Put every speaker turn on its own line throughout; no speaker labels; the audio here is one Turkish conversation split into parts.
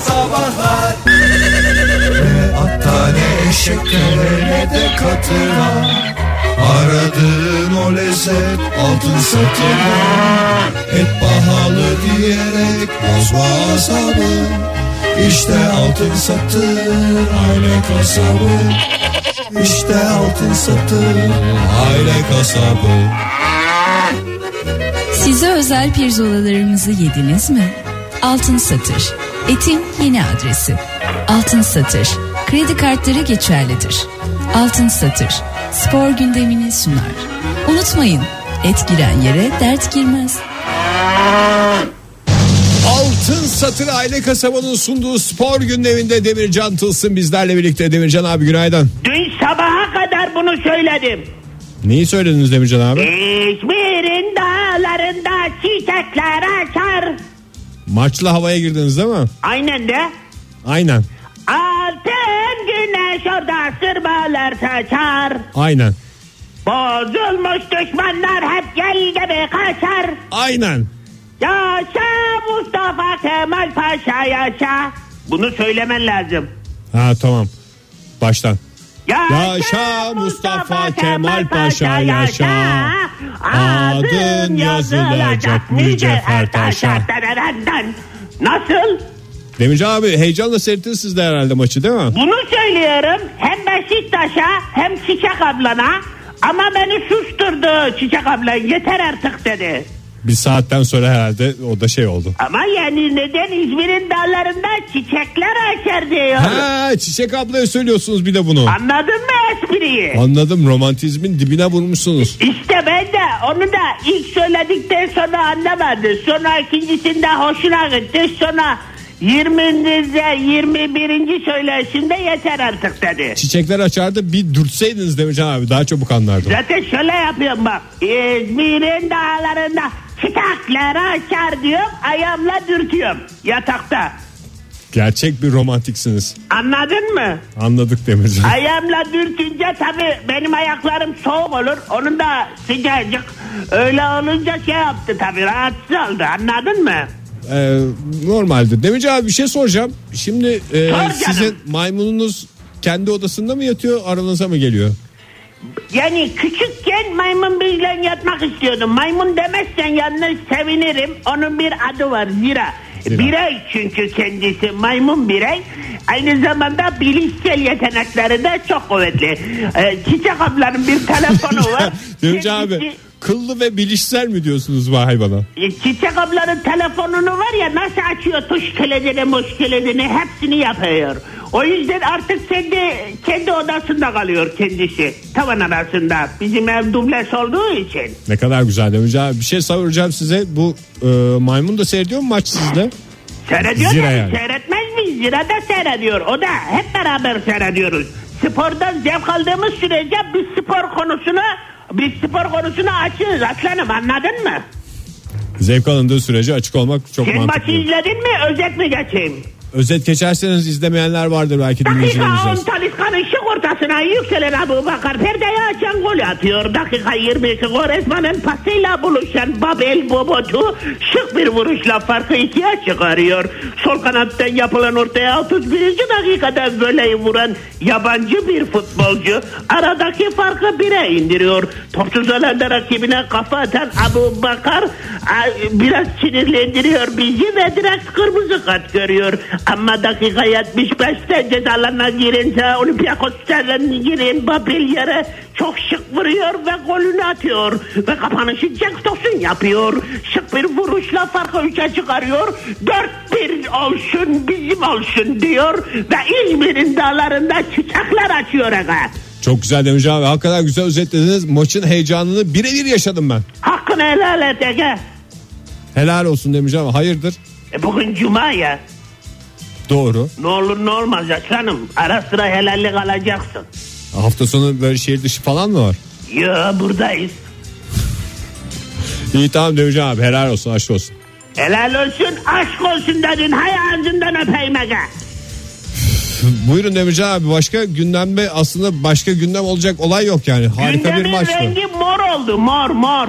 sabahlar Ne atta ne eşeklere ne de katıra Aradığın o lezzet altın satırda Et pahalı diyerek bozma asabı İşte altın satır aile kasabı İşte altın satır aile kasabı
Size özel pirzolalarımızı yediniz mi? Altın Satır. Etin yeni adresi. Altın Satır. Kredi kartları geçerlidir. Altın Satır. Spor gündemini sunar. Unutmayın. Et giren yere dert girmez.
Altın Satır Aile Kasabı'nın sunduğu spor gündeminde Demircan Tılsım bizlerle birlikte. Demircan abi günaydın.
Dün sabaha kadar bunu söyledim.
Neyi söylediniz Demircan abi?
İzmir'in dağlarında çiçekler açar.
Maçla havaya girdiniz değil mi?
Aynen de.
Aynen.
Altın güneş orada sırmalar saçar.
Aynen.
Bozulmuş düşmanlar hep gel gibi kaçar.
Aynen.
Yaşa Mustafa Kemal Paşa yaşa. Bunu söylemen lazım.
Ha tamam. Baştan.
Yaşa,
Yaşa Mustafa Kemal Paşa, yaşa. Adın yazılacak mücevher taşa.
Nasıl?
Demircan abi heyecanla seyrettiniz siz de herhalde maçı değil mi?
Bunu söylüyorum hem Beşiktaş'a hem Çiçek ablana ama beni susturdu Çiçek abla yeter artık dedi.
Bir saatten sonra herhalde o da şey oldu.
Ama yani neden İzmir'in dağlarında çiçekler açar diyor.
Ha Çiçek ablaya söylüyorsunuz bir de bunu.
Anladın mı espriyi?
Anladım romantizmin dibine vurmuşsunuz.
İşte ben de onu da ilk söyledikten sonra anlamadı. Sonra ikincisinde hoşuna gitti. Sonra 20'de 21. söyleşimde yeter artık dedi.
Çiçekler açardı bir dürtseydiniz Demircan abi daha çabuk anlardım.
Zaten şöyle yapıyorum bak. İzmir'in dağlarında çiçekler açar diyorum. Ayağımla dürtüyorum yatakta.
Gerçek bir romantiksiniz.
Anladın mı?
Anladık Demircan.
Ayağımla dürtünce tabii benim ayaklarım soğuk olur. Onun da sıcacık. Öyle olunca şey yaptı tabii rahatsız oldu. Anladın mı?
Ee, normaldir. Demircan abi bir şey soracağım. Şimdi e,
canım.
sizin maymununuz kendi odasında mı yatıyor aranıza mı geliyor?
Yani küçükken maymun biriyle yatmak istiyordum. Maymun demezsen yanlış sevinirim. Onun bir adı var Zira.
Zira.
Birey çünkü kendisi maymun birey. Aynı zamanda bilişsel yetenekleri de çok kuvvetli. Ee, Çiçek ablanın bir telefonu var.
Demircan abi
Kendisi-
kıllı ve bilişsel mi diyorsunuz bu hayvana?
E, Çiçek ablanın telefonunu var ya nasıl açıyor tuş kilidini muş kilidini hepsini yapıyor. O yüzden artık kendi, kendi odasında kalıyor kendisi. Tavan arasında. Bizim ev dubles olduğu için.
Ne kadar güzel Demircan abi. Bir şey soracağım size. Bu e, maymun da seyrediyor mu maç sizde?
Seyrediyor
Zira
yani.
yani.
Seyretmez miyiz? Zira da seyrediyor. O da hep beraber seyrediyoruz. Spordan zevk aldığımız sürece biz spor konusunu biz spor konusunu açığız aslanım anladın mı?
Zevk alındığı sürece açık olmak çok
Sen maçı
mantıklı.
izledin mi? Özet mi geçeyim?
Özet geçerseniz izlemeyenler vardır belki
Dakika 10
dinleyicilerimiz.
Taliskan'ın şık ortasına yükselen Abu Bakar perdeyi açan gol atıyor. Dakika 22 Goresman'ın pasıyla buluşan Babel Bobotu şık bir vuruşla farkı ikiye çıkarıyor. Sol kanattan yapılan ortaya 31. dakikada voleyi vuran yabancı bir futbolcu aradaki farkı bire indiriyor. Topsuz alanda rakibine kafa atan Abu Bakar a- biraz sinirlendiriyor bizi ve direkt kırmızı kart görüyor. Ama dakika 75'te cezalarına girince Olympiakos Sterling girin Babel yere çok şık vuruyor ve golünü atıyor. Ve kapanışı Jack Dawson yapıyor. Şık bir vuruşla farkı 3'e çıkarıyor. 4-1 olsun bizim olsun diyor. Ve İzmir'in dağlarında çiçekler açıyor. Aga.
Çok güzel Demircan abi. Hakikaten güzel özetlediniz. Maçın heyecanını birebir yaşadım ben.
Hakkını helal et Ege.
Helal olsun Demircan abi. Hayırdır?
E bugün cuma ya.
Doğru.
Ne olur ne olmaz aslanım. Ara sıra helallik alacaksın.
Hafta sonu böyle şehir dışı falan mı var?
Ya buradayız.
İyi tamam Demircan abi. Helal olsun. Aşk olsun.
Helal olsun aşk olsun dedin. Hay ağzından öpeyim Ege.
Buyurun Demircan abi. Başka gündemde aslında başka gündem olacak olay yok yani. Harika bir
Gündemin
maçtı.
rengi mor oldu mor mor.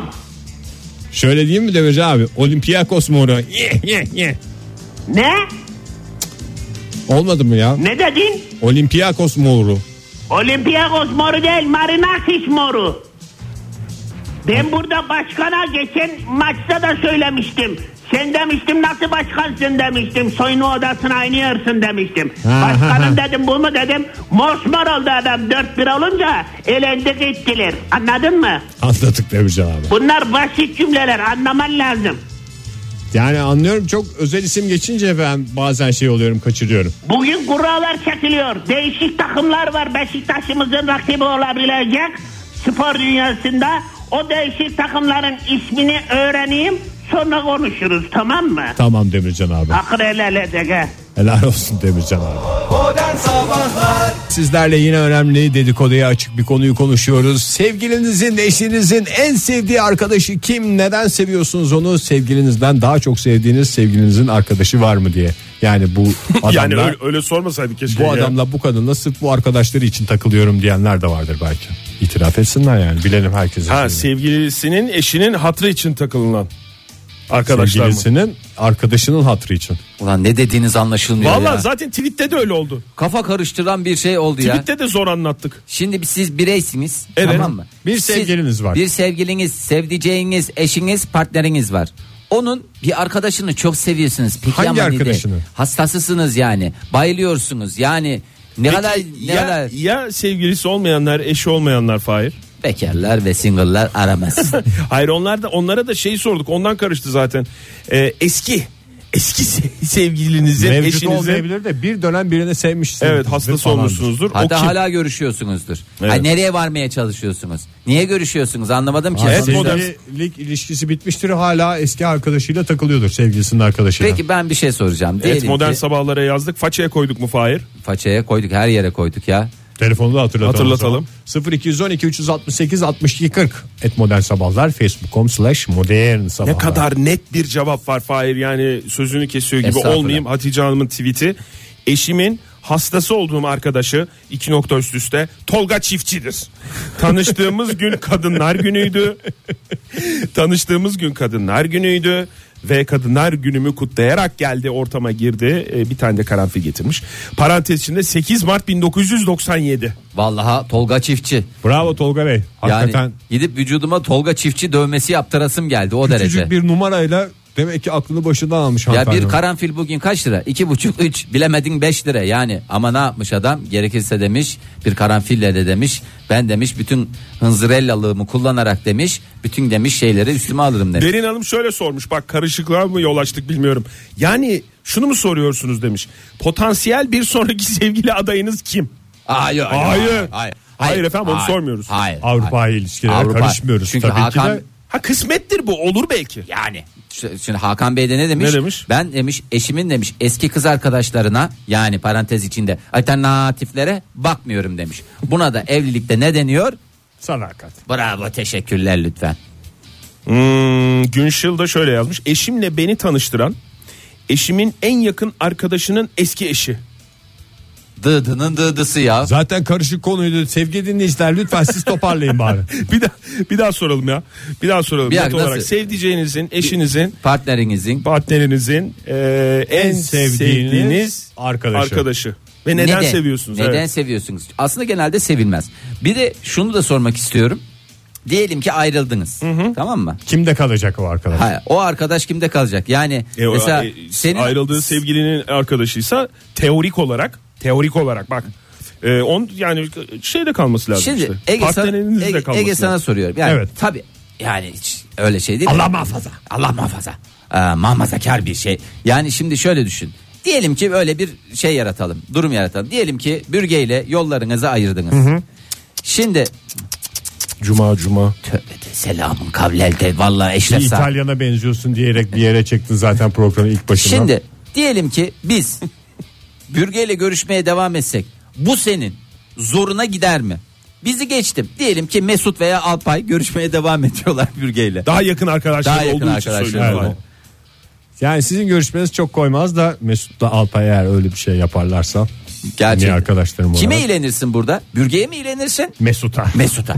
Şöyle diyeyim mi Demircan abi? Olympiakos moru. Ye, ye, ye.
Ne?
Olmadı mı ya?
Ne dedin?
Olympiakos Moğru.
Olympiakos moru değil Marinakis moru. Ben burada başkana geçen maçta da söylemiştim. Sen demiştim nasıl başkansın demiştim. Soyunma odasına oynuyorsun demiştim.
Ha, ha,
Başkanım
ha.
dedim bu mu dedim. Mosmor oldu adam 4-1 olunca elendi gittiler. Anladın mı?
Anladık Demircan abi.
Bunlar basit cümleler anlaman lazım.
Yani anlıyorum çok özel isim geçince ben bazen şey oluyorum kaçırıyorum.
Bugün kurallar çekiliyor. Değişik takımlar var. Beşiktaş'ımızın rakibi olabilecek spor dünyasında. O değişik takımların ismini öğreneyim. Sonra konuşuruz tamam mı?
Tamam Demircan abi.
Akır el ele de gel.
Helal olsun Demircan abi.
Modern Sabahlar
Sizlerle yine önemli dedikoduya açık bir konuyu konuşuyoruz. Sevgilinizin, eşinizin en sevdiği arkadaşı kim? Neden seviyorsunuz onu? Sevgilinizden daha çok sevdiğiniz sevgilinizin arkadaşı var mı diye. Yani bu adamla,
yani öyle, öyle sormasaydı keşke.
bu
ya.
adamla bu kadınla sırf bu arkadaşları için takılıyorum diyenler de vardır belki. İtiraf etsinler yani. Bilelim herkesin.
Ha
sevgili-
sevgilisinin eşinin hatrı için takılınan arkadaşlar mı?
sevgilisinin arkadaşının hatrı için.
Ulan ne dediğiniz anlaşılmıyor
Valla
ya.
zaten tweette de öyle oldu.
Kafa karıştıran bir şey oldu ya.
Tweette de zor anlattık.
Şimdi bir- siz bireysiniz
Evet.
tamam mı?
Bir
Siz-
sevgiliniz var.
Bir sevgiliniz, sevdiceğiniz, eşiniz, partneriniz var. Onun bir arkadaşını çok seviyorsunuz. Peki
Hangi
ama ne de-
arkadaşını?
Hastasısınız yani. Bayılıyorsunuz yani. Ne kadar
Peki,
ne
ya,
kadar
ya sevgilisi olmayanlar, eşi olmayanlar Fahir.
bekarlar ve single'lar aramaz.
Hayır onlar da onlara da şey sorduk. Ondan karıştı zaten. Ee, eski eski se- sevgilinizin,
Mevcut
eşinizin
olmayabilir de bir dönem birini sevmişsiniz.
Evet hastası
Falandır.
olmuşsunuzdur. O
Hatta
kim?
hala görüşüyorsunuzdur.
Evet.
Ay, nereye varmaya çalışıyorsunuz? Niye görüşüyorsunuz? Anlamadım ki.
Evet,
Siz-
modern-
Sevgililik ilişkisi bitmiştir hala eski arkadaşıyla takılıyordur sevgilisinin arkadaşıyla.
Peki ben bir şey soracağım.
Evet
Diyelim
modern
ki
sabahlara yazdık. Façaya koyduk mu Fahir?
façaya koyduk her yere koyduk ya.
Telefonu da hatırlatalım.
Hatırlatalım.
o zaman. 0212 368 62 40 et modern sabahlar facebook.com slash modern sabahlar.
Ne kadar net bir cevap var Fahir. Yani sözünü kesiyor gibi
Estağfurullah.
olmayayım. Hatice Hanım'ın tweet'i. Eşimin hastası olduğum arkadaşı iki nokta üst üste Tolga Çiftçi'dir. Tanıştığımız gün kadınlar günüydü. Tanıştığımız gün kadınlar günüydü ve kadınlar günümü kutlayarak geldi ortama girdi. Ee, bir tane de karanfil getirmiş. Parantez içinde 8 Mart 1997.
Vallahi Tolga Çiftçi.
Bravo Tolga Bey. Hakikaten
Yani gidip vücuduma Tolga Çiftçi dövmesi yaptırasım geldi o derece.
küçücük bir numarayla demek ki aklını başından almış
Ya
hanımefendi.
bir karanfil bugün kaç lira? İki buçuk üç bilemedin beş lira yani. Ama ne yapmış adam? Gerekirse demiş bir karanfille de demiş. Ben demiş bütün hınzırellalığımı kullanarak demiş. Bütün demiş şeyleri üstüme alırım demiş.
Derin Hanım şöyle sormuş bak karışıklığa mı yol açtık bilmiyorum. Yani şunu mu soruyorsunuz demiş. Potansiyel bir sonraki sevgili adayınız kim?
Hayır.
Hayır. Hayır efendim, onu sormuyoruz.
Hayır.
Avrupa
hayır.
ilişkilerine
Avrupa.
karışmıyoruz
Çünkü
tabii ki
Hakan
de.
Ha kısmettir bu olur belki.
yani ş- şimdi Hakan Bey de ne demiş?
Ne demiş?
Ben demiş eşimin demiş eski kız arkadaşlarına yani parantez içinde alternatiflere bakmıyorum demiş. Buna da evlilikte ne deniyor?
Sadakat.
Bravo teşekkürler lütfen.
Hmm, Günşil da şöyle yazmış. Eşimle beni tanıştıran eşimin en yakın arkadaşının eski eşi.
Dıdının dıdısı ya.
Zaten karışık konuydu. Sevgili dinleyiciler lütfen siz toparlayın bari.
Bir daha bir daha soralım ya. Bir daha soralım.
Bir
Net
dakika,
olarak
nasıl?
sevdiceğinizin, eşinizin,
Partnerinizin
partnerinizin e, en, sevdiğiniz, arkadaşı. Ve neden
Neden?
seviyorsunuz?
Neden
Evet.
seviyorsunuz? Aslında genelde sevilmez. Bir de şunu da sormak istiyorum. Diyelim ki ayrıldınız. Tamam mı?
Kimde kalacak o arkadaş?
Hayır, o arkadaş kimde kalacak? Yani
E, o-
mesela
e,
senin
ayrıldığı sevgilinin arkadaşıysa teorik olarak teorik olarak bak e, on yani şeyde kalması lazım
Şimdi
işte.
Ege sana,
Partnerinizle
Ege,
kalması
Ege sana
lazım.
soruyorum. Yani
Evet.
tabii yani hiç öyle şey değil. mi?
Allah muhafaza.
Allah muhafaza. Ee, muhafazakar bir şey. Yani şimdi şöyle düşün. Diyelim ki böyle bir şey yaratalım. Durum yaratalım. Diyelim ki bürgeyle yollarınızı ayırdınız. Şimdi
Cuma cuma.
tövbe de selamun kavlelde vallahi
Bir
eşref sahibi.
İtalyan'a benziyorsun diyerek bir yere çektin zaten programın ilk başından.
Şimdi diyelim ki biz bürgeyle görüşmeye devam etsek bu senin zoruna gider mi? Bizi geçtim. Diyelim ki Mesut veya Alpay görüşmeye devam ediyorlar bürgeyle.
Daha yakın arkadaşlar
Daha yakın
olduğu için
arkadaşlar.
söylüyorum.
Evet. Yani sizin görüşmeniz çok koymaz da Mesut da Alpay eğer öyle bir şey yaparlarsa.
Gerçekten.
Niye arkadaşlarım
Kime
olarak?
ilenirsin burada? Bürgeye mi ilenirsin?
Mesut'a.
Mesut'a.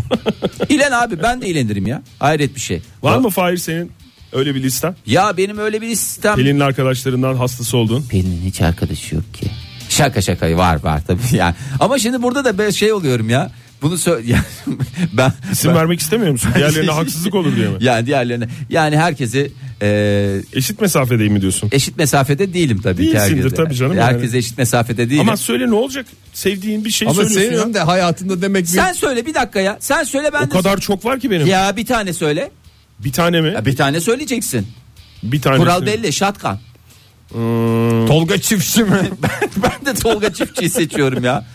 İlen abi ben de ilenirim ya. Hayret bir şey.
Var mı Fahir senin öyle bir listen?
Ya benim öyle bir sistem.
Pelin'in arkadaşlarından hastası olduğun.
Pelin'in hiç arkadaşı yok ki. Şaka şaka var var tabii yani. Ama şimdi burada da ben şey oluyorum ya. Bunu sö- yani ben
İsim
ben-
vermek istemiyor musun? Diğerlerine haksızlık olur diye mi?
Yani diğerlerine yani herkesi e,
Eşit mesafedeyim mi diyorsun?
eşit mesafede değilim tabii ki.
Değilsindir
herkese.
tabii canım yani.
Herkese eşit mesafede değilim.
Ama söyle ne olacak? Sevdiğin bir şey
Ama senin
söylüyorsun ya.
önünde hayatında demek bir...
sen söyle bir dakika ya. Sen söyle ben
O
de
kadar çok var ki benim.
Ya bir tane söyle.
Bir tane mi?
Ya bir tane söyleyeceksin.
Bir tane.
Kural belli şatkan.
Tolga çiftçi mi?
ben de Tolga Çiftçi'yi seçiyorum ya.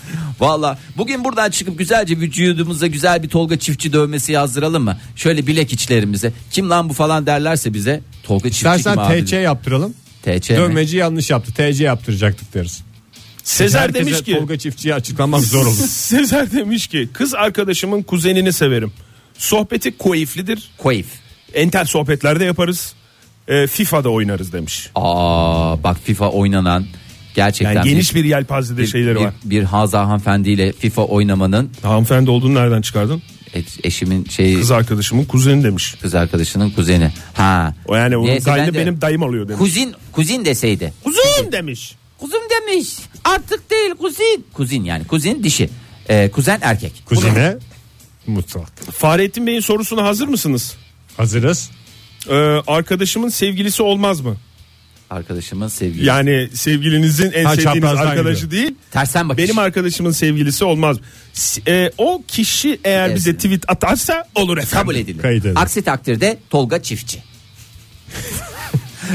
Valla bugün buradan çıkıp güzelce vücudumuza güzel bir Tolga Çiftçi dövmesi yazdıralım mı? Şöyle bilek içlerimize. Kim lan bu falan derlerse bize Tolga Çiftçi kim
İstersen
abi?
TC yaptıralım.
TC mi?
Dövmeci yanlış yaptı. TC yaptıracaktık deriz.
Sezer
Herkese
demiş ki.
Tolga çiftçiyi açıklamak zor olur.
Sezer demiş ki kız arkadaşımın kuzenini severim. Sohbeti koyiflidir.
Koif.
Entel sohbetlerde yaparız. E, FIFA'da oynarız demiş.
Aa bak FIFA oynanan gerçekten
Yani geniş bir yelpazede şeyleri
bir,
var.
bir Haza hanımefendiyle FIFA oynamanın
Hanımefendi olduğunu nereden çıkardın?
et- eşimin şeyi
Kız arkadaşımın kuzeni demiş.
kız arkadaşının kuzeni. Ha.
O yani onun
Neyse, ben
kaynı
de-
benim dayım oluyor demiş.
Kuzin kuzin deseydi.
Kuzum demiş.
Kuzum demiş. Artık değil kuzin. Kuzin yani kuzin dişi. Ee, kuzen erkek.
Kuzine mutfak.
Fahrettin Bey'in sorusuna hazır mısınız?
Hazırız.
Ee, arkadaşımın sevgilisi olmaz mı?
Arkadaşımın sevgilisi.
Yani sevgilinizin en
Ha,
sevdiğiniz
çaprazdan
arkadaşı
gidiyor.
değil.
Tersten bakış.
Benim arkadaşımın sevgilisi olmaz. S- e, o kişi eğer
Evet.
bize tweet atarsa olur efendim.
kabul edilir.
Kayıt edin.
Aksi takdirde Tolga Çiftçi.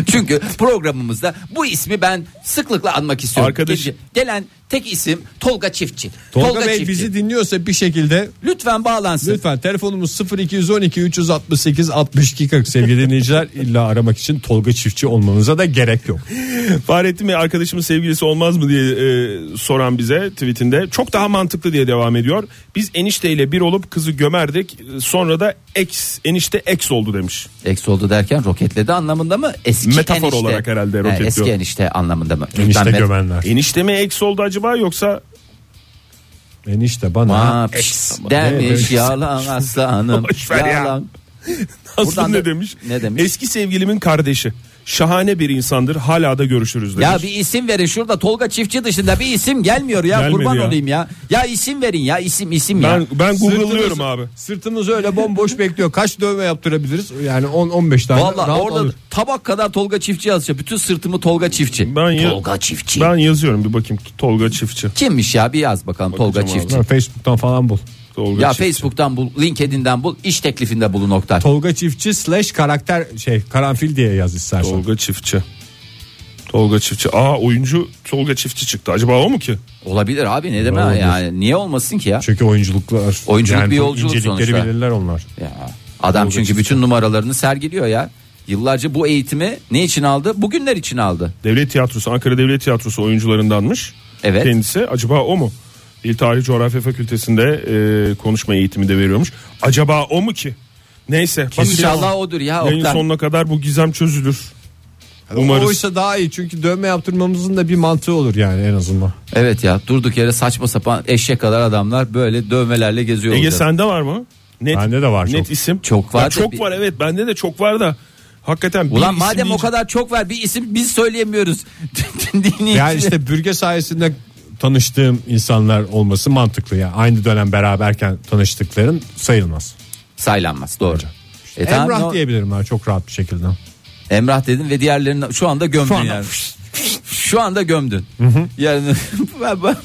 Çünkü programımızda bu ismi ben sıklıkla anmak istiyorum.
Arkadaş-
Gece- Gelen tek isim Tolga Çiftçi.
Tolga, Bey bizi dinliyorsa bir şekilde
lütfen bağlansın.
lütfen telefonumuz 0212 368 62 40 sevgili dinleyiciler illa aramak için Tolga çiftçi olmanıza da gerek yok.
Fahrettin Bey arkadaşımın sevgilisi olmaz mı diye e, soran bize tweetinde çok daha mantıklı diye devam ediyor. Biz enişteyle bir olup kızı gömerdik sonra da ex enişte ex oldu demiş.
Eksi oldu derken roketledi anlamında mı? Eski
Metafor
enişte.
olarak herhalde
Ha,
roket
Eski
diyor.
enişte anlamında mı? Lütfen
Enişte
met-
gömenler.
Enişte mi ex oldu acaba yoksa
Enişte bana
Ma-
eks.
demiş
Ne-
yalan aslanım.
Boş ver ya.
yalan.
Aslı
Buradan
ne
da-
demiş?
ne demiş?
Eski sevgilimin kardeşi. Şahane bir insandır. Hala da görüşürüz demiş.
Ya bir isim verin şurada Tolga Çiftçi dışında bir isim gelmiyor ya
Gelmedi
kurban
ya.
olayım ya. Ya isim verin ya isim isim ya.
ben ben google'lıyorum
Sırtımız-
abi.
Sırtımız öyle bomboş bekliyor. Kaç dövme yaptırabiliriz? Yani 10 15 tane.
Valla
rahat
orada
olur.
tabak kadar Tolga Çiftçi yazacak. Bütün sırtımı Tolga Çiftçi.
Ben ya-
Tolga Çiftçi.
Ben yazıyorum bir bakayım Tolga Çiftçi.
Kimmiş ya bir yaz bakalım Tolga
abi.
Çiftçi.
Ha, Facebook'tan falan bul.
Tolga
Ya
Çiftçi.
Facebook'tan bul, LinkedIn'den bul, iş teklifinde bulun Oktay.
Tolga Çiftçi slash karakter şey karanfil diye yaz istersen.
Tolga Çiftçi. Tolga Çiftçi. Aa oyuncu Tolga Çiftçi çıktı. Acaba o mu ki?
Olabilir abi ne demek
Olabilir.
yani niye olmasın ki ya?
Çünkü oyunculuklar.
Oyunculuk bir
bu
yolculuk
incelikleri
sonuçta.
bilirler onlar.
Ya, adam çünkü bütün numaralarını sergiliyor ya. Yıllarca bu eğitimi ne için aldı? Bugünler için aldı.
Devlet Tiyatrosu, Ankara Devlet Tiyatrosu oyuncularındanmış.
Evet.
Kendisi acaba o mu? Dil Tarih Coğrafya Fakültesi'nde e, konuşma eğitimi de veriyormuş. Acaba o mu ki? Neyse.
İnşallah
bakacağım.
odur ya
şey Yayın
Oktay.
sonuna kadar bu gizem çözülür. Umarız.
Oysa daha iyi çünkü dövme yaptırmamızın da bir mantığı olur yani en azından.
Evet ya durduk yere saçma sapan eşek kadar adamlar böyle dövmelerle geziyor.
Ege
olacak.
sende var mı? Net,
Bende de var
Net
çok.
isim.
Çok var
Ya
da
çok
bir-
var evet bende de çok var da. Hakikaten bir
Ulan
isim
madem o
diyecek-
kadar çok var bir isim biz söyleyemiyoruz. Dinleyiciler-
Yani işte bürge sayesinde tanıştığım insanlar olması mantıklı yani aynı dönem beraberken tanıştıkların sayılmaz.
Saylanmaz doğru. E tamam,
Emrah
no-
diyebilirim ben çok rahat bir şekilde.
Emrah dedin ve diğerlerini şu anda gömdün
anda-
yani. Şu anda gömdün. Yani ben- ben-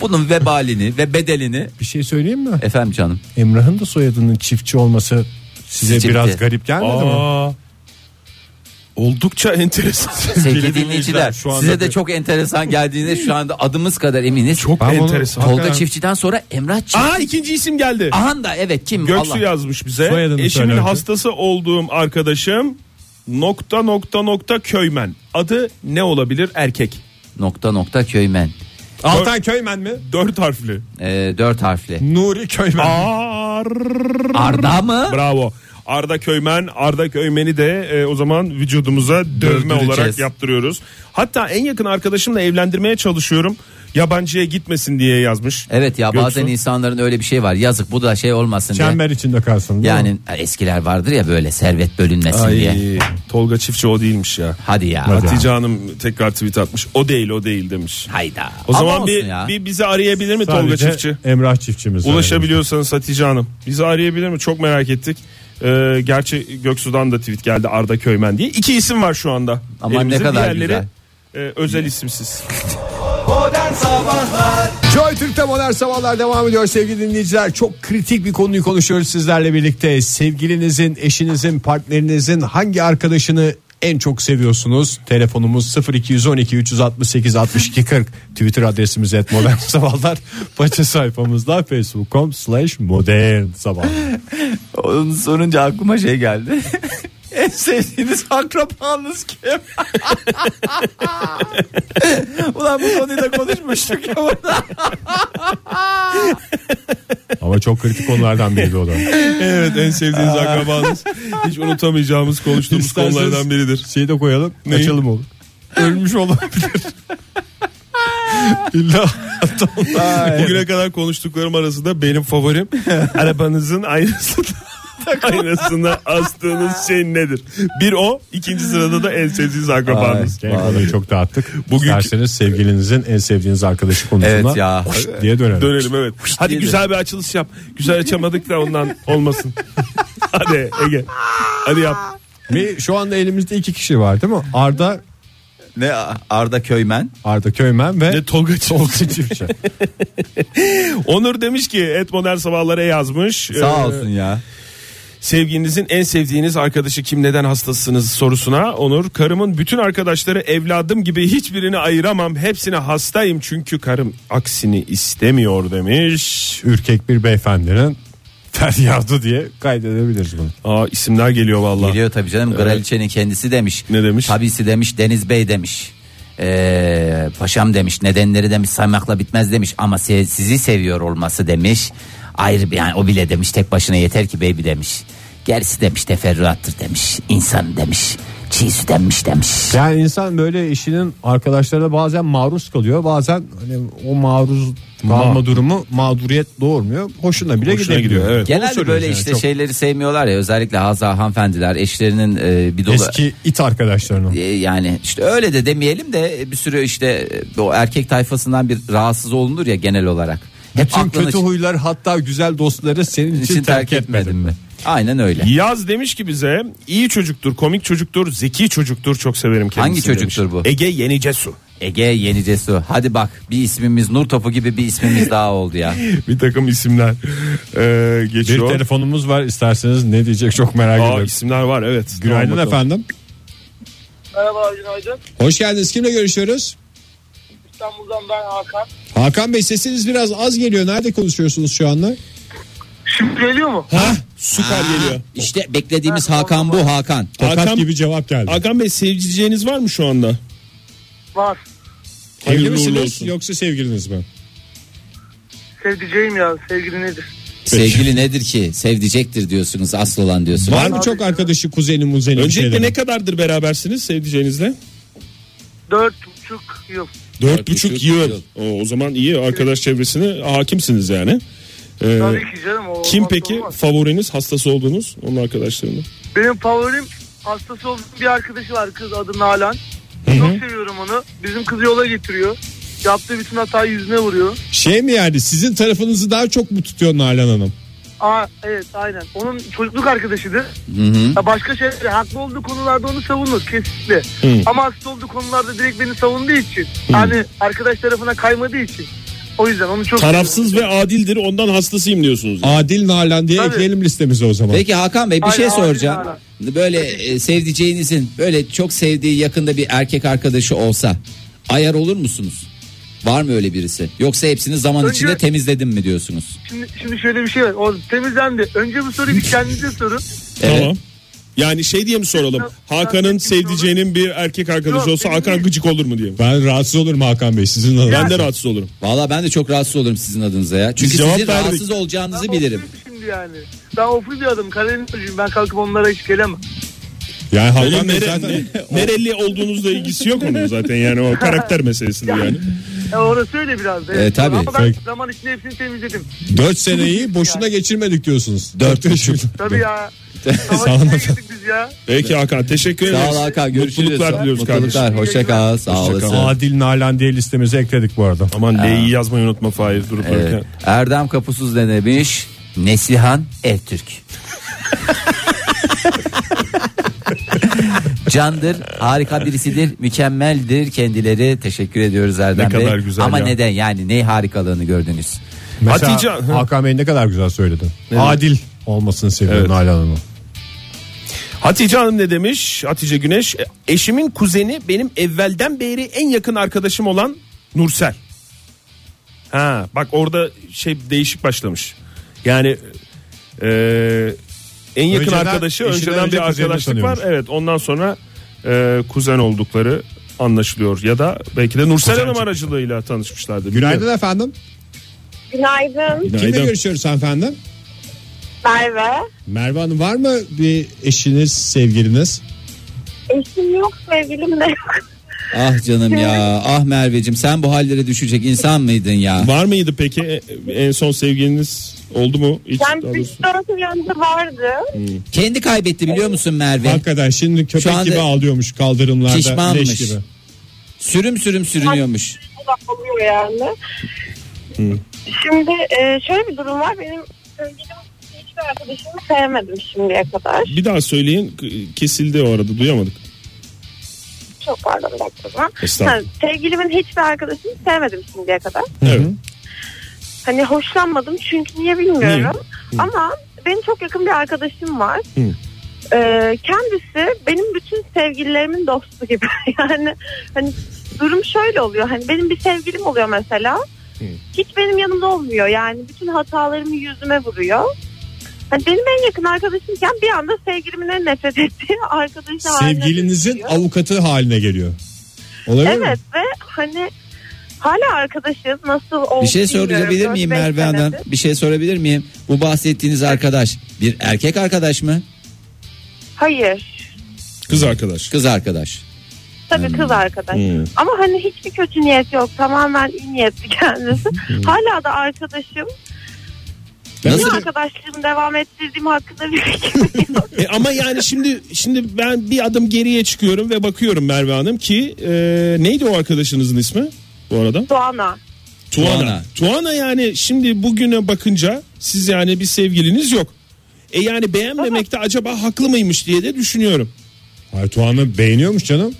bunun vebalini ve bedelini
Bir şey söyleyeyim mi?
efendim canım.
Emrah'ın da soyadının çiftçi olması size
Çiftçi.
biraz garip gelmedi mi?
Aa, Oldukça enteresan.
Sevgili dinleyiciler
şu anda
size de çok enteresan geldiğine şu anda adımız kadar eminiz. Çok
Ben bunu-
enteresan.
Tolga
Hakikaten.
Çiftçi'den sonra Emrah Çiftçi.
Aa ikinci isim geldi.
Aha da evet kim?
Göksu
Allah.
yazmış bize.
Soyadını söyle
Eşimin
önce.
hastası olduğum arkadaşım nokta nokta nokta köymen. Adı ne olabilir? Erkek.
Nokta nokta köymen.
Altan Köymen mi?
Dört harfli.
Ee, dört harfli.
Nuri Köymen.
Ar...
Arda mı?
Bravo. Arda Köymen, Arda Köymen'i de e, o zaman vücudumuza dövme
Dövdüreceğiz.
olarak yaptırıyoruz. Hatta en yakın arkadaşımla evlendirmeye çalışıyorum. yabancıya gitmesin diye yazmış.
Evet ya bazen
Göksu.
insanların öyle bir şey var. Yazık bu da şey olmasın diye.
Çember içinde kalsın. değil mi?
Yani e, eskiler vardır ya böyle servet bölünmesin diye.
Ay, Tolga Çiftçi o değilmiş ya.
Hadi ya.
Hatice Hanım tekrar tweet atmış. O değil o değil demiş.
Hayda.
O
Ama
zaman
olsun
bir,
ya.
bir bizi arayabilir mi Tolga
Sadece
Çiftçi?
Emrah çiftçimiz.
Ulaşabiliyorsanız Hatice Hanım. Bizi arayabilir mi? Çok merak ettik. Ee, gerçi Göksu'dan da tweet geldi Arda Köymen diye. İki isim var şu anda.
Aman
Elimizin
ne kadar
diğerleri,
güzel.
e, özel isimsiz.
Modern Sabahlar
Joy Türk'te modern sabahlar devam ediyor sevgili dinleyiciler. Çok kritik bir konuyu konuşuyoruz sizlerle birlikte. Sevgilinizin, eşinizin, partnerinizin hangi arkadaşını en çok seviyorsunuz? Telefonumuz 0212 368 62 40. Twitter adresimiz et modern sabahlar. Paça sayfamızda facebook.com slash modern sabahlar.
Onu sorunca aklıma şey geldi. en sevdiğiniz akrabanız kim? Ulan bu konuyu da konuşmuştuk ya burada.
Ama çok kritik konulardan biri de o da.
evet en sevdiğiniz akrabanız. Hiç unutamayacağımız konuştuğumuz
İsterseniz-
konulardan biridir.
Şeyi de koyalım. Açalım onu. Ölmüş olabilir. İlla hatta onlar-
Bugüne kadar konuştuklarım arasında benim favorim arabanızın aynasında aynasına astığınız şey nedir? Bir o, ikinci sırada da en sevdiğiniz akrabanız.
Genel konuyu çok dağıttık.
Bugünkü-
İsterseniz sevgilinizin en sevdiğiniz arkadaşı konusuna
Evet ya.
huş diye dönelim.
Dönelim evet. Hadi
diye
güzel bir açılış yap. Güzel açamadık da ondan olmasın. Hadi Ege. Hadi yap.
Ve şu anda elimizde iki kişi var değil mi? Arda
Ne Arda Köymen?
Arda Köymen ve
Ne Tolga
Tolga Çiftçi.
Onur demiş ki et modern sabahlara yazmış.
Sağ
Ee,
olsun ya.
Sevgilinizin en sevdiğiniz arkadaşı kim neden hastasınız sorusuna Onur karımın bütün arkadaşları evladım gibi hiçbirini ayıramam hepsine hastayım çünkü karım aksini istemiyor demiş.
Ürkek bir beyefendinin feryadı diye kaydedebiliriz bunu.
Aa isimler geliyor vallahi.
Geliyor tabii canım. Kraliçenin kendisi demiş.
Ne demiş?
Tabisi demiş Deniz Bey demiş. Ee, paşam demiş nedenleri demiş saymakla bitmez demiş ama se- sizi seviyor olması demiş ayrı bir yani o bile demiş tek başına yeter ki baby demiş gerisi demiş teferruattır demiş insan demiş çiğ süt emmiş demiş
Yani insan böyle işinin arkadaşlarına bazen maruz kalıyor. Bazen hani o maruz kalma durumu mağduriyet doğurmuyor. Hoşuna bile
Hoşuna
gidebiliyor.
gidiyor, evet.
Onu
genelde
söylüyoruz
böyle
yani,
işte
çok
şeyleri sevmiyorlar ya özellikle haza hanımefendiler eşlerinin e, bir dolu
Eski it arkadaşlarının.
E, yani işte öyle de demeyelim de bir sürü işte e, o erkek tayfasından bir rahatsız olunur ya genel olarak. Hep
Bütün
aklını
kötü huylar hatta güzel dostları senin için,
için terk etmedin mi? Aynen öyle.
Yaz demiş ki bize iyi çocuktur, komik çocuktur, zeki çocuktur çok severim kendisini.
Hangi çocuktur
demiş.
bu?
Ege Yenice Su.
Ege Yenicesu. Hadi bak bir ismimiz Nur Topu gibi bir ismimiz daha oldu ya.
Bir takım isimler eee,
Bir
geçiyor.
telefonumuz var isterseniz ne diyecek çok merak
Aa,
ediyorum.
isimler var evet.
Günaydın
Tamam, bakalım.
efendim.
Merhaba günaydın.
Hoş geldiniz. Kimle görüşüyoruz?
İstanbul'dan ben Hakan.
Hakan Bey sesiniz biraz az geliyor. Nerede konuşuyorsunuz şu anda?
Şimdi geliyor mu?
Ha? Süper geliyor.
İşte beklediğimiz Hakan bu Hakan.
Tokat
Hakan-
gibi cevap geldi.
Hakan Bey sevdiceğiniz var mı şu anda?
Var.
Evli
Hayırlı uğurlu
misiniz
olsun.
yoksa sevgiliniz mi?
Sevdiceğim ya sevgili nedir?
Sevgili nedir ki? Sevdicektir diyorsunuz asıl olan diyorsunuz.
Var mı çok arkadaşı kuzeni muzeni bir şey
Öncelikle
şeyleri?
ne kadardır berabersiniz sevdiceğinizle?
Dört buçuk yıl.
Dört buçuk yıl. O, o zaman iyi arkadaş çevresine hakimsiniz yani. Ee,
Tabii ki canım. o
kim
olmazsa
peki
olmaz.
favoriniz hastası olduğunuz onun arkadaşlarını?
Benim favorim hastası olduğum bir arkadaşı var kız adı Nalan. Çok seviyorum onu. Bizim kızı yola getiriyor. Yaptığı bütün hatayı yüzüne vuruyor.
Şey mi yani sizin tarafınızı daha çok mu tutuyor Nalan Hanım?
Aa evet aynen. Onun çocukluk arkadaşıdır. Ya başka şeyler haklı olduğu konularda onu savunur kesinlikle. Ama hasta olduğu konularda direkt beni savunduğu için. Yani arkadaş tarafına kaymadığı için. O yüzden onu çok
Tarafsız ve adildir ondan hastasıyım diyorsunuz.
Adil Nalan diye
Tabii.
ekleyelim listemize o zaman.
Peki Hakan Bey bir
Aynen,
şey
aynen,
soracağım. Böyle e, sevdiceğinizin böyle çok sevdiği yakında bir erkek arkadaşı olsa ayar olur musunuz? Var mı öyle birisi? Yoksa hepsini zaman
Önce-
içinde temizledim mi diyorsunuz?
Şimdi, şimdi şöyle bir şey var. O temizlendi. Önce bu soruyu bir kendinize sorun.
Evet.
Tamam. Yani şey diye mi soralım?
Yok,
Hakan'ın
yok,
sevdiceğinin bir erkek
Yok,
arkadaşı olsa
benim
Hakan
değil.
gıcık olur mu diye. mi?
Ben rahatsız olurum Hakan Bey sizin adınıza.
Ben de rahatsız olurum.
Valla ben de çok rahatsız olurum sizin adınıza ya. Çünkü
cevap
sizin
verdik.
rahatsız olacağınızı
Ben
bilirim.
ofluyum Şimdi yani. Ben oflu bir adım. Karadeniz çocuğuyum. Ben kalkıp onlara hiç gelemem.
Yani
Onun
Hakan Bey
nere,
zaten
ne- nereli olduğunuzla ilgisi yok onun zaten yani o karakter meselesinde yani.
E, orası öyle biraz da.
E, tabii.
Ama ben
Peki.
zaman içinde hepsini temizledim.
4 seneyi boşuna geçirmedik diyorsunuz. 4,5.
Tabii ya.
Sağ
Savaş
olun
içine
efendim.
girdik biz ya.
Peki Hakan teşekkür ederiz.
Sağ ol Hakan görüşürüz.
Mutluluklar diliyoruz kardeşim.
Mutluluklar hoşça kal sağ
Hoşça
olasın.
kal. Adil Nalan diye listemize ekledik bu arada.
Aman L'yi yazmayı unutma Fahir durup
Evet.
dururken.
Ee, Erdem Kapusuz ne demiş? Neslihan Ertürk. Candır, harika birisidir, mükemmeldir kendileri. Teşekkür ediyoruz Erdem
Ne
Bey.
kadar güzel
Ama
ya.
neden yani ne harikalığını gördünüz?
Mesela
Hatice- Hı.
Hakan Bey ne kadar güzel söyledi. Adil olmasını seviyor
Evet.
Nalan Hanım'ın.
Hatice Hanım ne demiş? Hatice Güneş. "E, Eşimin kuzeni benim evvelden beri en yakın arkadaşım olan Nursel. Ha bak orada şey değişik başlamış. Yani e, en yakın
Önceden-
arkadaşı
eşinden
önceden
önce
bir
kuzenini
arkadaşlık var.
tanıyormuş.
Evet ondan sonra e, kuzen oldukları anlaşılıyor. Ya da belki de Nursel Hanım aracılığıyla tanışmışlardı.
Günaydın efendim.
Günaydın
Kimle görüşüyoruz hanımefendi?
Merve.
Merve Hanım var mı bir eşiniz, sevgiliniz?
Eşim yok sevgilim de yok.
Ah canım ya, ah Merveciğim sen bu hallere düşecek insan mıydın ya?
Var mıydı peki e, en son sevgiliniz oldu mu? Hiç
Yani bir dört yıl önce vardı.
Kendi kaybetti biliyor musun Merve?
Hakikaten şimdi
Şu
köpek
anda
gibi ağlıyormuş kaldırımlarda
pişmanmış.
leş gibi.
Sürüm sürüm sürünüyormuş.
Bu da oluyor yani. Şimdi e, şöyle bir durum var. Benim sevgilim hiçbir arkadaşımı sevmedim şimdiye kadar.
Bir daha söyleyin kesildi o arada duyamadık.
Çok pardon bir dakika. o zaman.
Estağfurullah.
Ha, sevgilimin hiçbir arkadaşını sevmedim şimdiye kadar.
Evet.
Hani hoşlanmadım çünkü niye bilmiyorum. Ama benim çok yakın bir arkadaşım var. Ee, kendisi benim bütün sevgililerimin dostu gibi. yani hani durum şöyle oluyor. Hani benim bir sevgilim oluyor mesela. Hiç benim yanımda olmuyor. Yani bütün hatalarımı yüzüme vuruyor. Hani benim en yakın arkadaşımken bir anda sevgilimin en nefret ettiği arkadaşı haline
Sevgilinizin
dönüşüyor.
avukatı haline geliyor. Olabilir
Evet
mi?
ve hani hala arkadaşız. Nasıl oldu
Bir şey
bilmiyorum.
sorabilir
Dört,
miyim
beş
Merve Hanım?
senedir.
Bir şey sorabilir miyim? Bu bahsettiğiniz arkadaş bir erkek arkadaş mı?
Hayır.
Kız arkadaş.
Kız arkadaş.
Tabii kız arkadaş. Ama hani hiçbir kötü niyet yok. Tamamen iyi niyetli kendisi. Hala da arkadaşım. Nasıl?
Nasıl?
arkadaşlığımı devam ettirdiğim hakkında bir fikrim yok.
E ama yani şimdi şimdi ben bir adım geriye çıkıyorum ve bakıyorum Merve Hanım ki e, neydi o arkadaşınızın ismi bu arada?
Doğan'a.
Tuana.
Tuana.
Tuana. yani şimdi bugüne bakınca siz yani bir sevgiliniz yok. E yani beğenmemekte acaba haklı mıymış diye de düşünüyorum.
Hayır, Tuğan'ı beğeniyormuş canım.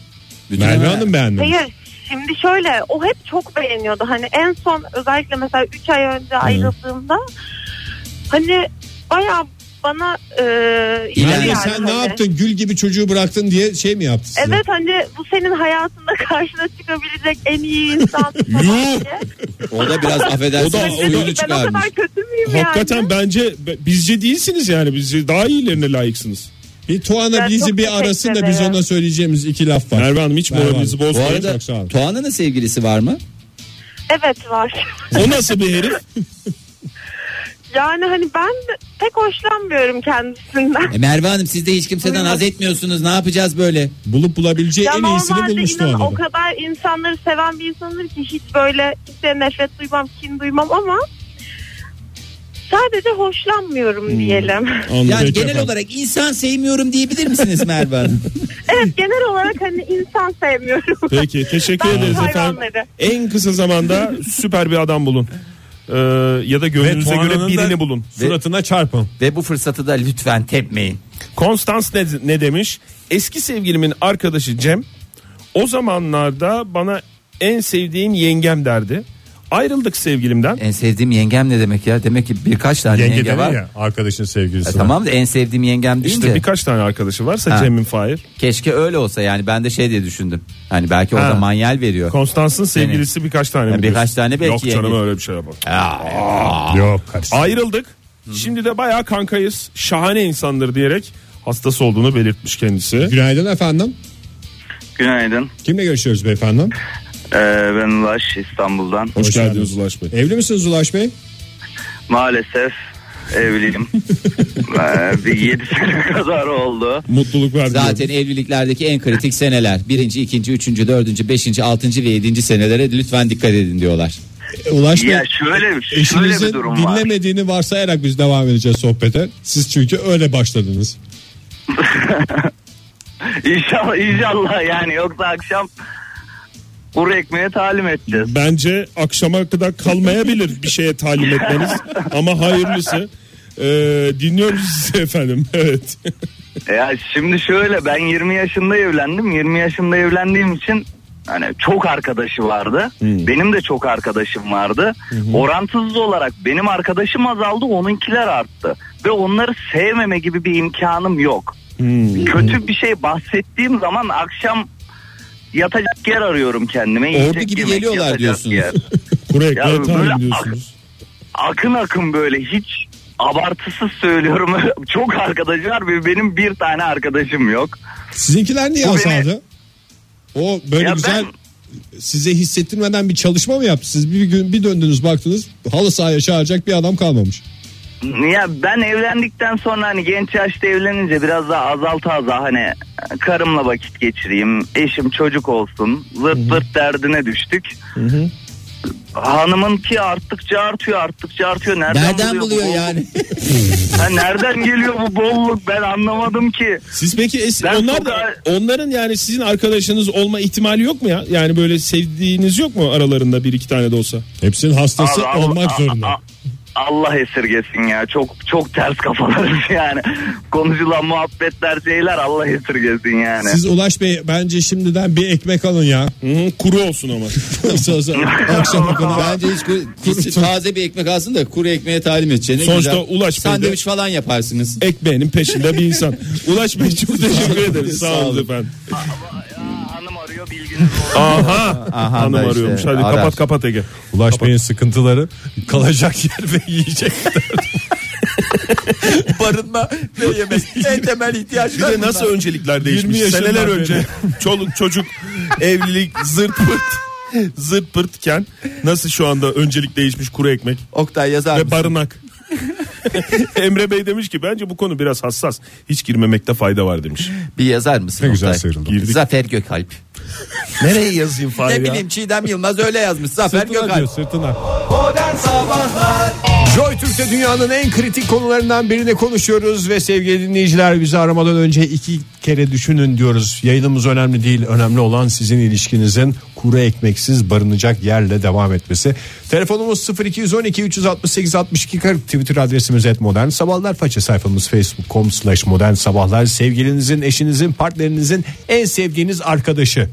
Bütün
Merve
ama-
Hanım beğenmemiş.
Hayır. Şimdi şöyle o hep çok beğeniyordu. Hani en son özellikle mesela 3 ay önce ayrıldığımda hani bayağı bana e,
Yani
Merve
yani
sen ne
hani.
yaptın gül gibi çocuğu bıraktın diye şey mi yaptı size?
Evet hani bu senin hayatında karşına çıkabilecek en iyi insan falan diye.
O da biraz
O da-
affedersiniz
o da-
Ben
suyunu
o
çıkarmış.
kadar kötü müyüm
Hakikaten
yani?
bence be- bizce değilsiniz yani bizce daha iyilerine layıksınız.
Bir Tuğan'a
Ben
bizi
çok
bir
teşekkür
arasın da biz
ederim.
ona söyleyeceğimiz iki laf var.
Merve Hanım hiç
Merve
moralinizi
Hanım.
Bu
bozmayın.
arada
Çok sağ olun.
Tuana'nın sevgilisi var mı?
Evet var.
O nasıl bir herif?
Yani hani ben de pek hoşlanmıyorum kendisinden.
E Merve Hanım siz de hiç kimseden haz etmiyorsunuz. Ne yapacağız böyle?
Bulup bulabileceği
Ya
en iyisini
normalde
bulmuş
inan o
Tuğan'ı.
kadar insanları seven bir insanım ki hiç böyle kimseye nefret duymam, kin duymam ama sadece hoşlanmıyorum diyelim.
Yani genel olarak insan sevmiyorum diyebilir misiniz Merve Hanım?
evet genel olarak hani insan sevmiyorum.
Peki teşekkür
Ben
ederiz efendim.
hayvanları.
En kısa zamanda süper bir adam bulun. Ee, ya da gönlünüze
Ve
göre
Tuana'nın
birini
da-
bulun.
Suratına çarpın.
Ve bu fırsatı da lütfen tepmeyin.
Konstans ne, ne demiş? Eski sevgilimin arkadaşı Cem o zamanlarda bana en sevdiğim yengem derdi. Ayrıldık sevgilimden.
En sevdiğim yengem ne demek ya? Demek ki birkaç tane yenge,
Yenge
var.
denir ya arkadaşın sevgilisi.
E tamam da en sevdiğim yengem deyince
İşte birkaç tane arkadaşı varsa
Ha.
Cem'in Fahir.
keşke öyle olsa yani ben de şey diye düşündüm. Hani belki o
Ha.
da manyal veriyor.
Konstans'ın sevgilisi birkaç tane mi?
Yani birkaç
diyorsun?
tane belki
Yok canım
yenge.
öyle bir şey yapar.
Yok karısı.
Ayrıldık. Şimdi de bayağı kankayız. Şahane insandır diyerek hastası olduğunu belirtmiş kendisi.
Günaydın efendim.
Günaydın.
Kimle görüşüyoruz beyefendi?
Ee, ben Ulaş İstanbul'dan.
Hoş,
Hoş
geldiniz Ulaş Bey.
Evli misiniz Ulaş Bey?
Maalesef evliyim. Ee, bir 7 sene kadar oldu.
Mutluluk var.
Zaten evliliklerdeki en kritik seneler. Birinci, ikinci, üçüncü, dördüncü, beşinci, altıncı ve yedinci senelere lütfen dikkat edin diyorlar.
Ulaşma.
Ya şöyle, şöyle
E, Eşinizin
bir durum var.
dinlemediğini varsayarak biz devam edeceğiz sohbete. Siz çünkü öyle başladınız.
İnşallah, inşallah yani yoksa akşam kuru ekmeğe talim edeceğiz.
Bence akşama kadar kalmayabilir bir şeye talim etmeniz. Ama hayırlısı. Ee, dinliyoruz sizi efendim. Evet.
E Ya şimdi şöyle ben 20 yaşında evlendim. 20 yaşında evlendiğim için hani çok arkadaşı vardı. Benim de çok arkadaşım vardı. Orantısız olarak benim arkadaşım azaldı, onunkiler arttı ve onları sevmeme gibi bir imkanım yok. Kötü bir şey bahsettiğim zaman akşam yatacak yer arıyorum kendime. Yiyecek
gibi
yemek,
geliyorlar
yatacak
diyorsunuz.
yer.
Kuru
Ya
ekmeğe
böyle
talim
ak-
diyorsunuz.
akın akın böyle hiç abartısız söylüyorum. çok arkadaşım var ve benim bir tane arkadaşım yok.
Sizinkiler niye
Bu
azaldı? O böyle
Ya
güzel size hissettirmeden bir çalışma mı yaptı? Siz bir gün bir döndünüz baktınız halı sahaya çağıracak bir adam kalmamış.
Ya ben evlendikten sonra hani genç yaşta evlenince biraz daha azalta azalta hani karımla vakit geçireyim, eşim çocuk olsun, zırt zırt derdine düştük. Hanımın ki arttıkça artıyor arttıkça artıyor. Nereden,
Nereden
bu
buluyor
bolluk?
yani?
Ha, nereden geliyor bu bolluk ben anlamadım ki.
Siz peki es-
Ben
onlar
çok
da,
a-
onların yani sizin arkadaşınız olma ihtimali yok mu ya? Yani böyle sevdiğiniz yok mu aralarında bir iki tane de olsa?
Hepsinin hastası
Allah-
olmak
Allah-
zorunda.
Allah- Allah esirgesin ya çok çok ters kafalarız yani konuşulan muhabbetler şeyler Allah esirgesin yani.
Siz Ulaş Bey bence şimdiden bir ekmek alın ya.
Hı, kuru olsun ama.
Sağ- sağ- Akşama kadar.
Bence hiç kuru- hiç taze bir ekmek alsın da kuru ekmeğe talim edeceğine.
Sonuçta Ulaş Bey de-
Sandviç falan yaparsınız.
Ekmeğinin peşinde bir insan. Ulaş Bey çok teşekkür ederiz. Sağ olun efendim.
Hanım arıyor bilginiz olsun.
Aha.
Aha
Hanım
da işte,
arıyormuş. Hadi
arar.
kapat kapat Ege.
Ulaş Bey'in sıkıntıları kalacak yer ve yiyecek.
Barınma ve yemek. en temel ihtiyaçlar.
Bir de nasıl öncelikler değişmiş?
20 yaşından
Seneler
beri.
önce çoluk çocuk evlilik zırt pırt zırt pırtken nasıl şu anda öncelik değişmiş kuru ekmek
Oktay yazar
ve
mısın?
barınak. Emre Bey demiş ki bence bu konu biraz hassas. Hiç girmemekte fayda var demiş.
Bir yazar mısın?
Ne güzel
Oktay?
sıyrıldım.
Girdik.
Zafer Gökalp.
Nereye yazayım
ne bileyim Çiğdem Yılmaz öyle yazmış. Zafer
sırtına diyor
Gökalp.
sırtına.
Modern Sabahlar
Joy Türk'te dünyanın en kritik konularından birini konuşuyoruz ve sevgili dinleyiciler bizi aramadan önce iki kere düşünün diyoruz. Yayınımız önemli değil. Önemli olan sizin ilişkinizin kuru ekmeksiz barınacak yerle devam etmesi. Telefonumuz 0212 368 62 40 Twitter adresimiz et modern sabahlar faça sayfamız facebook.com slash modern sabahlar sevgilinizin eşinizin partnerinizin en sevdiğiniz arkadaşı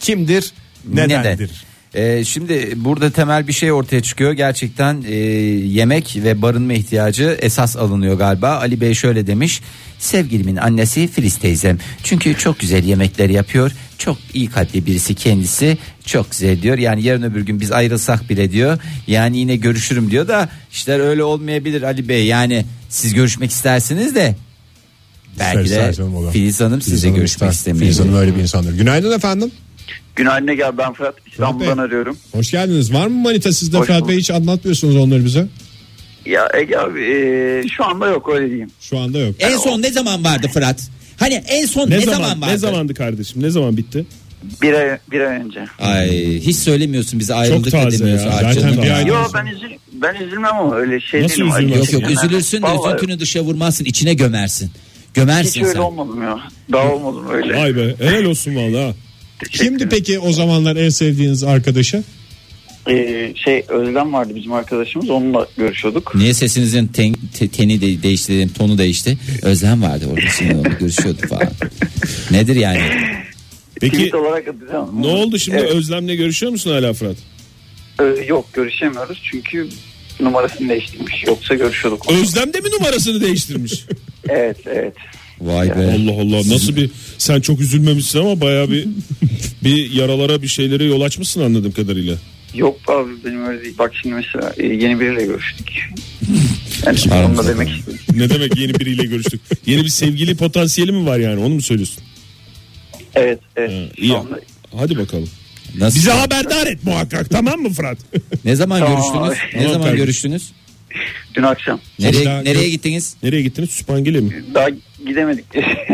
kimdir nedendir?
Ee, şimdi burada temel bir şey ortaya çıkıyor. Gerçekten e, yemek ve barınma ihtiyacı esas alınıyor galiba. Ali Bey şöyle demiş. Sevgilimin annesi Filiz teyzem. Çünkü çok güzel yemekler yapıyor. Çok iyi kalpli birisi kendisi. Çok güzel diyor. Yani yarın öbür gün biz ayrılsak bile diyor. Yani yine görüşürüm diyor da işler öyle olmayabilir Ali Bey. Yani siz görüşmek istersiniz de belki de
İstersen canım olan.
Filiz Hanım
Filiz
sizle
Hanım
görüşmek
ister. Filiz Hanım
istemiyor.
öyle bir insandır. Günaydın efendim.
Günaydın Ege abi, ben Fırat İstanbul'dan
Bey.
arıyorum.
Hoş geldiniz. Var mı manita sizde
Hoş
Fırat
bulduk.
Bey hiç anlatmıyorsunuz onları bize.
Ya Ege abi e, şu anda yok öyle diyeyim.
Şu anda yok.
En son ne zaman vardı Fırat? Hani en son
Ne,
ne,
zaman,
zaman vardı?
ne zamandı kardeşim? Ne zaman bitti?
Bir ay, bir ay önce.
Ay hiç söylemiyorsun bize ayrıldık
taze
da demiyorsun.
ya.
Ah
Zaten
canım
bir
ya.
ay-
Yo
Nasıl?
ben üzül, ben üzülmem ama öyle şey
Nasıl
değilim.
üzülmezsin
Yok yok
Yani.
üzülürsün de
Vallahi
üzüntünü dışa vurmazsın içine gömersin.
Hiç
Gömersin
öyle
sen.
olmadım ya. Daha olmadım öyle.
Vay be helal olsun valla.
Teşekkür
Kimdi
ederim.
peki o zamanlar en sevdiğiniz arkadaşı?
Ee, şey Özlem vardı bizim arkadaşımız onunla görüşüyorduk.
Niye sesinizin ten- te- teni de değişti dedim, tonu değişti. Özlem vardı orada şimdi onu görüşüyorduk falan. Nedir yani?
Peki
Tweet olarak atacağım.
ne oldu şimdi
Evet.
Özlem'le görüşüyor musun hala Fırat?
Ee, yok görüşemiyoruz çünkü numarasını değiştirmiş. Yoksa görüşüyorduk.
Özlem de mi numarasını değiştirmiş?
Evet evet.
Vay be.
Allah Allah nasıl bir sen çok üzülmemişsin ama baya bir bir yaralara bir şeylere yol açmışsın anladığım kadarıyla.
Yok abi benim öyle değil. Bak şimdi mesela e, yeni biriyle görüştük. Yani
aramızda
onunla demek
kaldı?
istedim.
Ne demek yeni biriyle görüştük? Yeni bir sevgili potansiyeli mi var yani onu mu söylüyorsun?
Evet
Ha,
evet.
iyi.
Şu anda-
Hadi bakalım.
Nasıl?
Bize haberdar et muhakkak tamam mı Fırat?
Ne zaman
Tamam.
görüştünüz? Ne
Tamam
zaman
kardeşim.
görüştünüz?
Dün akşam.
Nereye,
Daha-
nereye gittiniz?
Nereye gittiniz? Süpangile mi?
Daha gidemedik.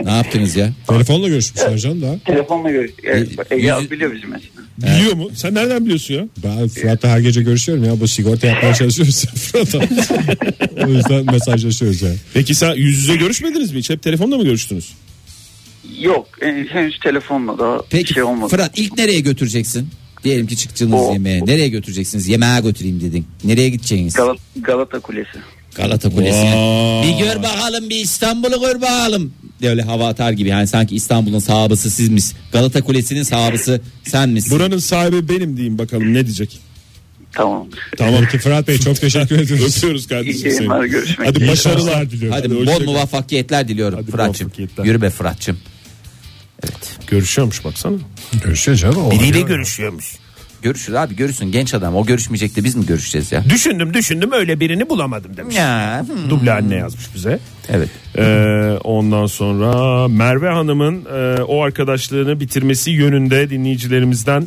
Ne yaptınız ya?
Telefonla görüşmüşler canım daha.
Telefonla
E,
görüştük. Evet,
Yüz-
ya biliyor bizim mesela.
Biliyor mu? Sen nereden biliyorsun ya?
Ben Fırat'la her gece görüşüyorum ya. Bu sigorta yapmaya çalışıyoruz Fırat'a. o yüzden mesajlaşıyoruz yani.
Peki sen yüz yüze görüşmediniz mi hiç? Hep telefonla mı görüştünüz?
Yok e, henüz telefonla da bir
Peki
şey olmadı.
Fırat ilk nereye götüreceksin? Diyelim ki çıktığınız
O-
yemeğe. Nereye götüreceksiniz? Yemeğe götüreyim dedin. Nereye gideceğiniz?
Galata, Galata Kulesi.
Galata Kulesi'ne. Bir gör bakalım bir İstanbul'u gör bakalım. Böyle hava atar gibi yani sanki İstanbul'un sahabısı siz mis? Galata Kulesi'nin sahabısı sen misin?
Buranın sahibi benim diyeyim bakalım ne diyecek?
Tamam.
Tamam ki Fırat Bey çok teşekkür ediyoruz.
Öpüyoruz
İyi
kardeşim seni.
yayınlar görüşmek
Hadi
üzere.
başarılar diliyorum.
Hadi,
hoşça
bol
kal.
muvaffakiyetler diliyorum
Hadi
Fırat'cığım.
muvaffakiyetler.
Yürü be Fırat'cığım. Evet.
Görüşüyormuş baksana.
Görüşeceğiz canım.
Biriyle görüşüyormuş.
Görüşür abi görürsün genç adam. O görüşmeyecek de biz mi görüşeceğiz ya?
Düşündüm düşündüm öyle birini bulamadım demiş.
Ya. hmm.
Duble anne yazmış bize.
Evet.
Ee, ondan sonra Merve Hanım'ın e, o arkadaşlığını bitirmesi yönünde dinleyicilerimizden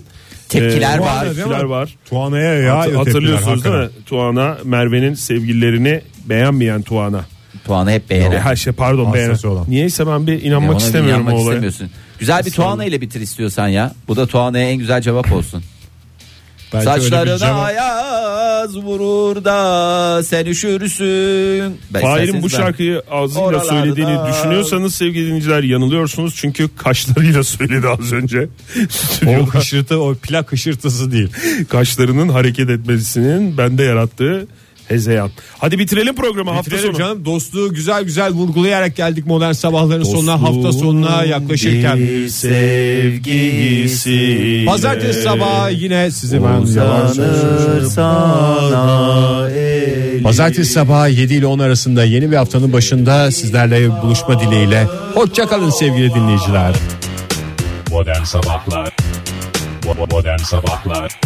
Tepkiler
e,
var.
Tepkiler var.
Tuana'ya ya.
Hat- hatırlıyorsunuz değil mi? Tuana Merve'nin sevgililerini beğenmeyen Tuana.
Tuana hep
E,
beğenir.
her şey pardon beğen.
Hastası olan.
Niyeyse ben bir
Ya,
inanmak
ona
istemiyorum o
inanmak
olaya.
istemiyorsun. Güzel bir Tuana ile bitir istiyorsan ya. Bu da Tuana'ya en güzel cevap olsun.
Belki öyle bir şey
Saçlarına
cevap-
ayaz vurur da sen üşürsün. Ben
Fahir'in
isterseniz
bu
ben-
şarkıyı ağzıyla
Oralarda-
söylediğini düşünüyorsanız sevgili dinleyiciler yanılıyorsunuz. Çünkü kaşlarıyla söyledi az önce.
O
Stüdyoda
hışırtı o plak hışırtısı değil.
Kaşlarının hareket etmesinin bende yarattığı hezeyan. Hadi bitirelim programı hafta
Bitirelim
sonu.
canım dostluğu güzel güzel vurgulayarak geldik modern sabahların sonuna hafta sonuna yaklaşırken.
sevgilisi.
Pazartesi sabahı yine sizi ben Pazartesi sabahı 7 ile 10 arasında yeni bir haftanın başında sizlerle buluşma dileğiyle. Hoşçakalın sevgili dinleyiciler.
Modern Sabahlar Bo- bo- Modern Sabahlar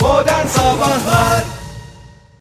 Modern Sabahlar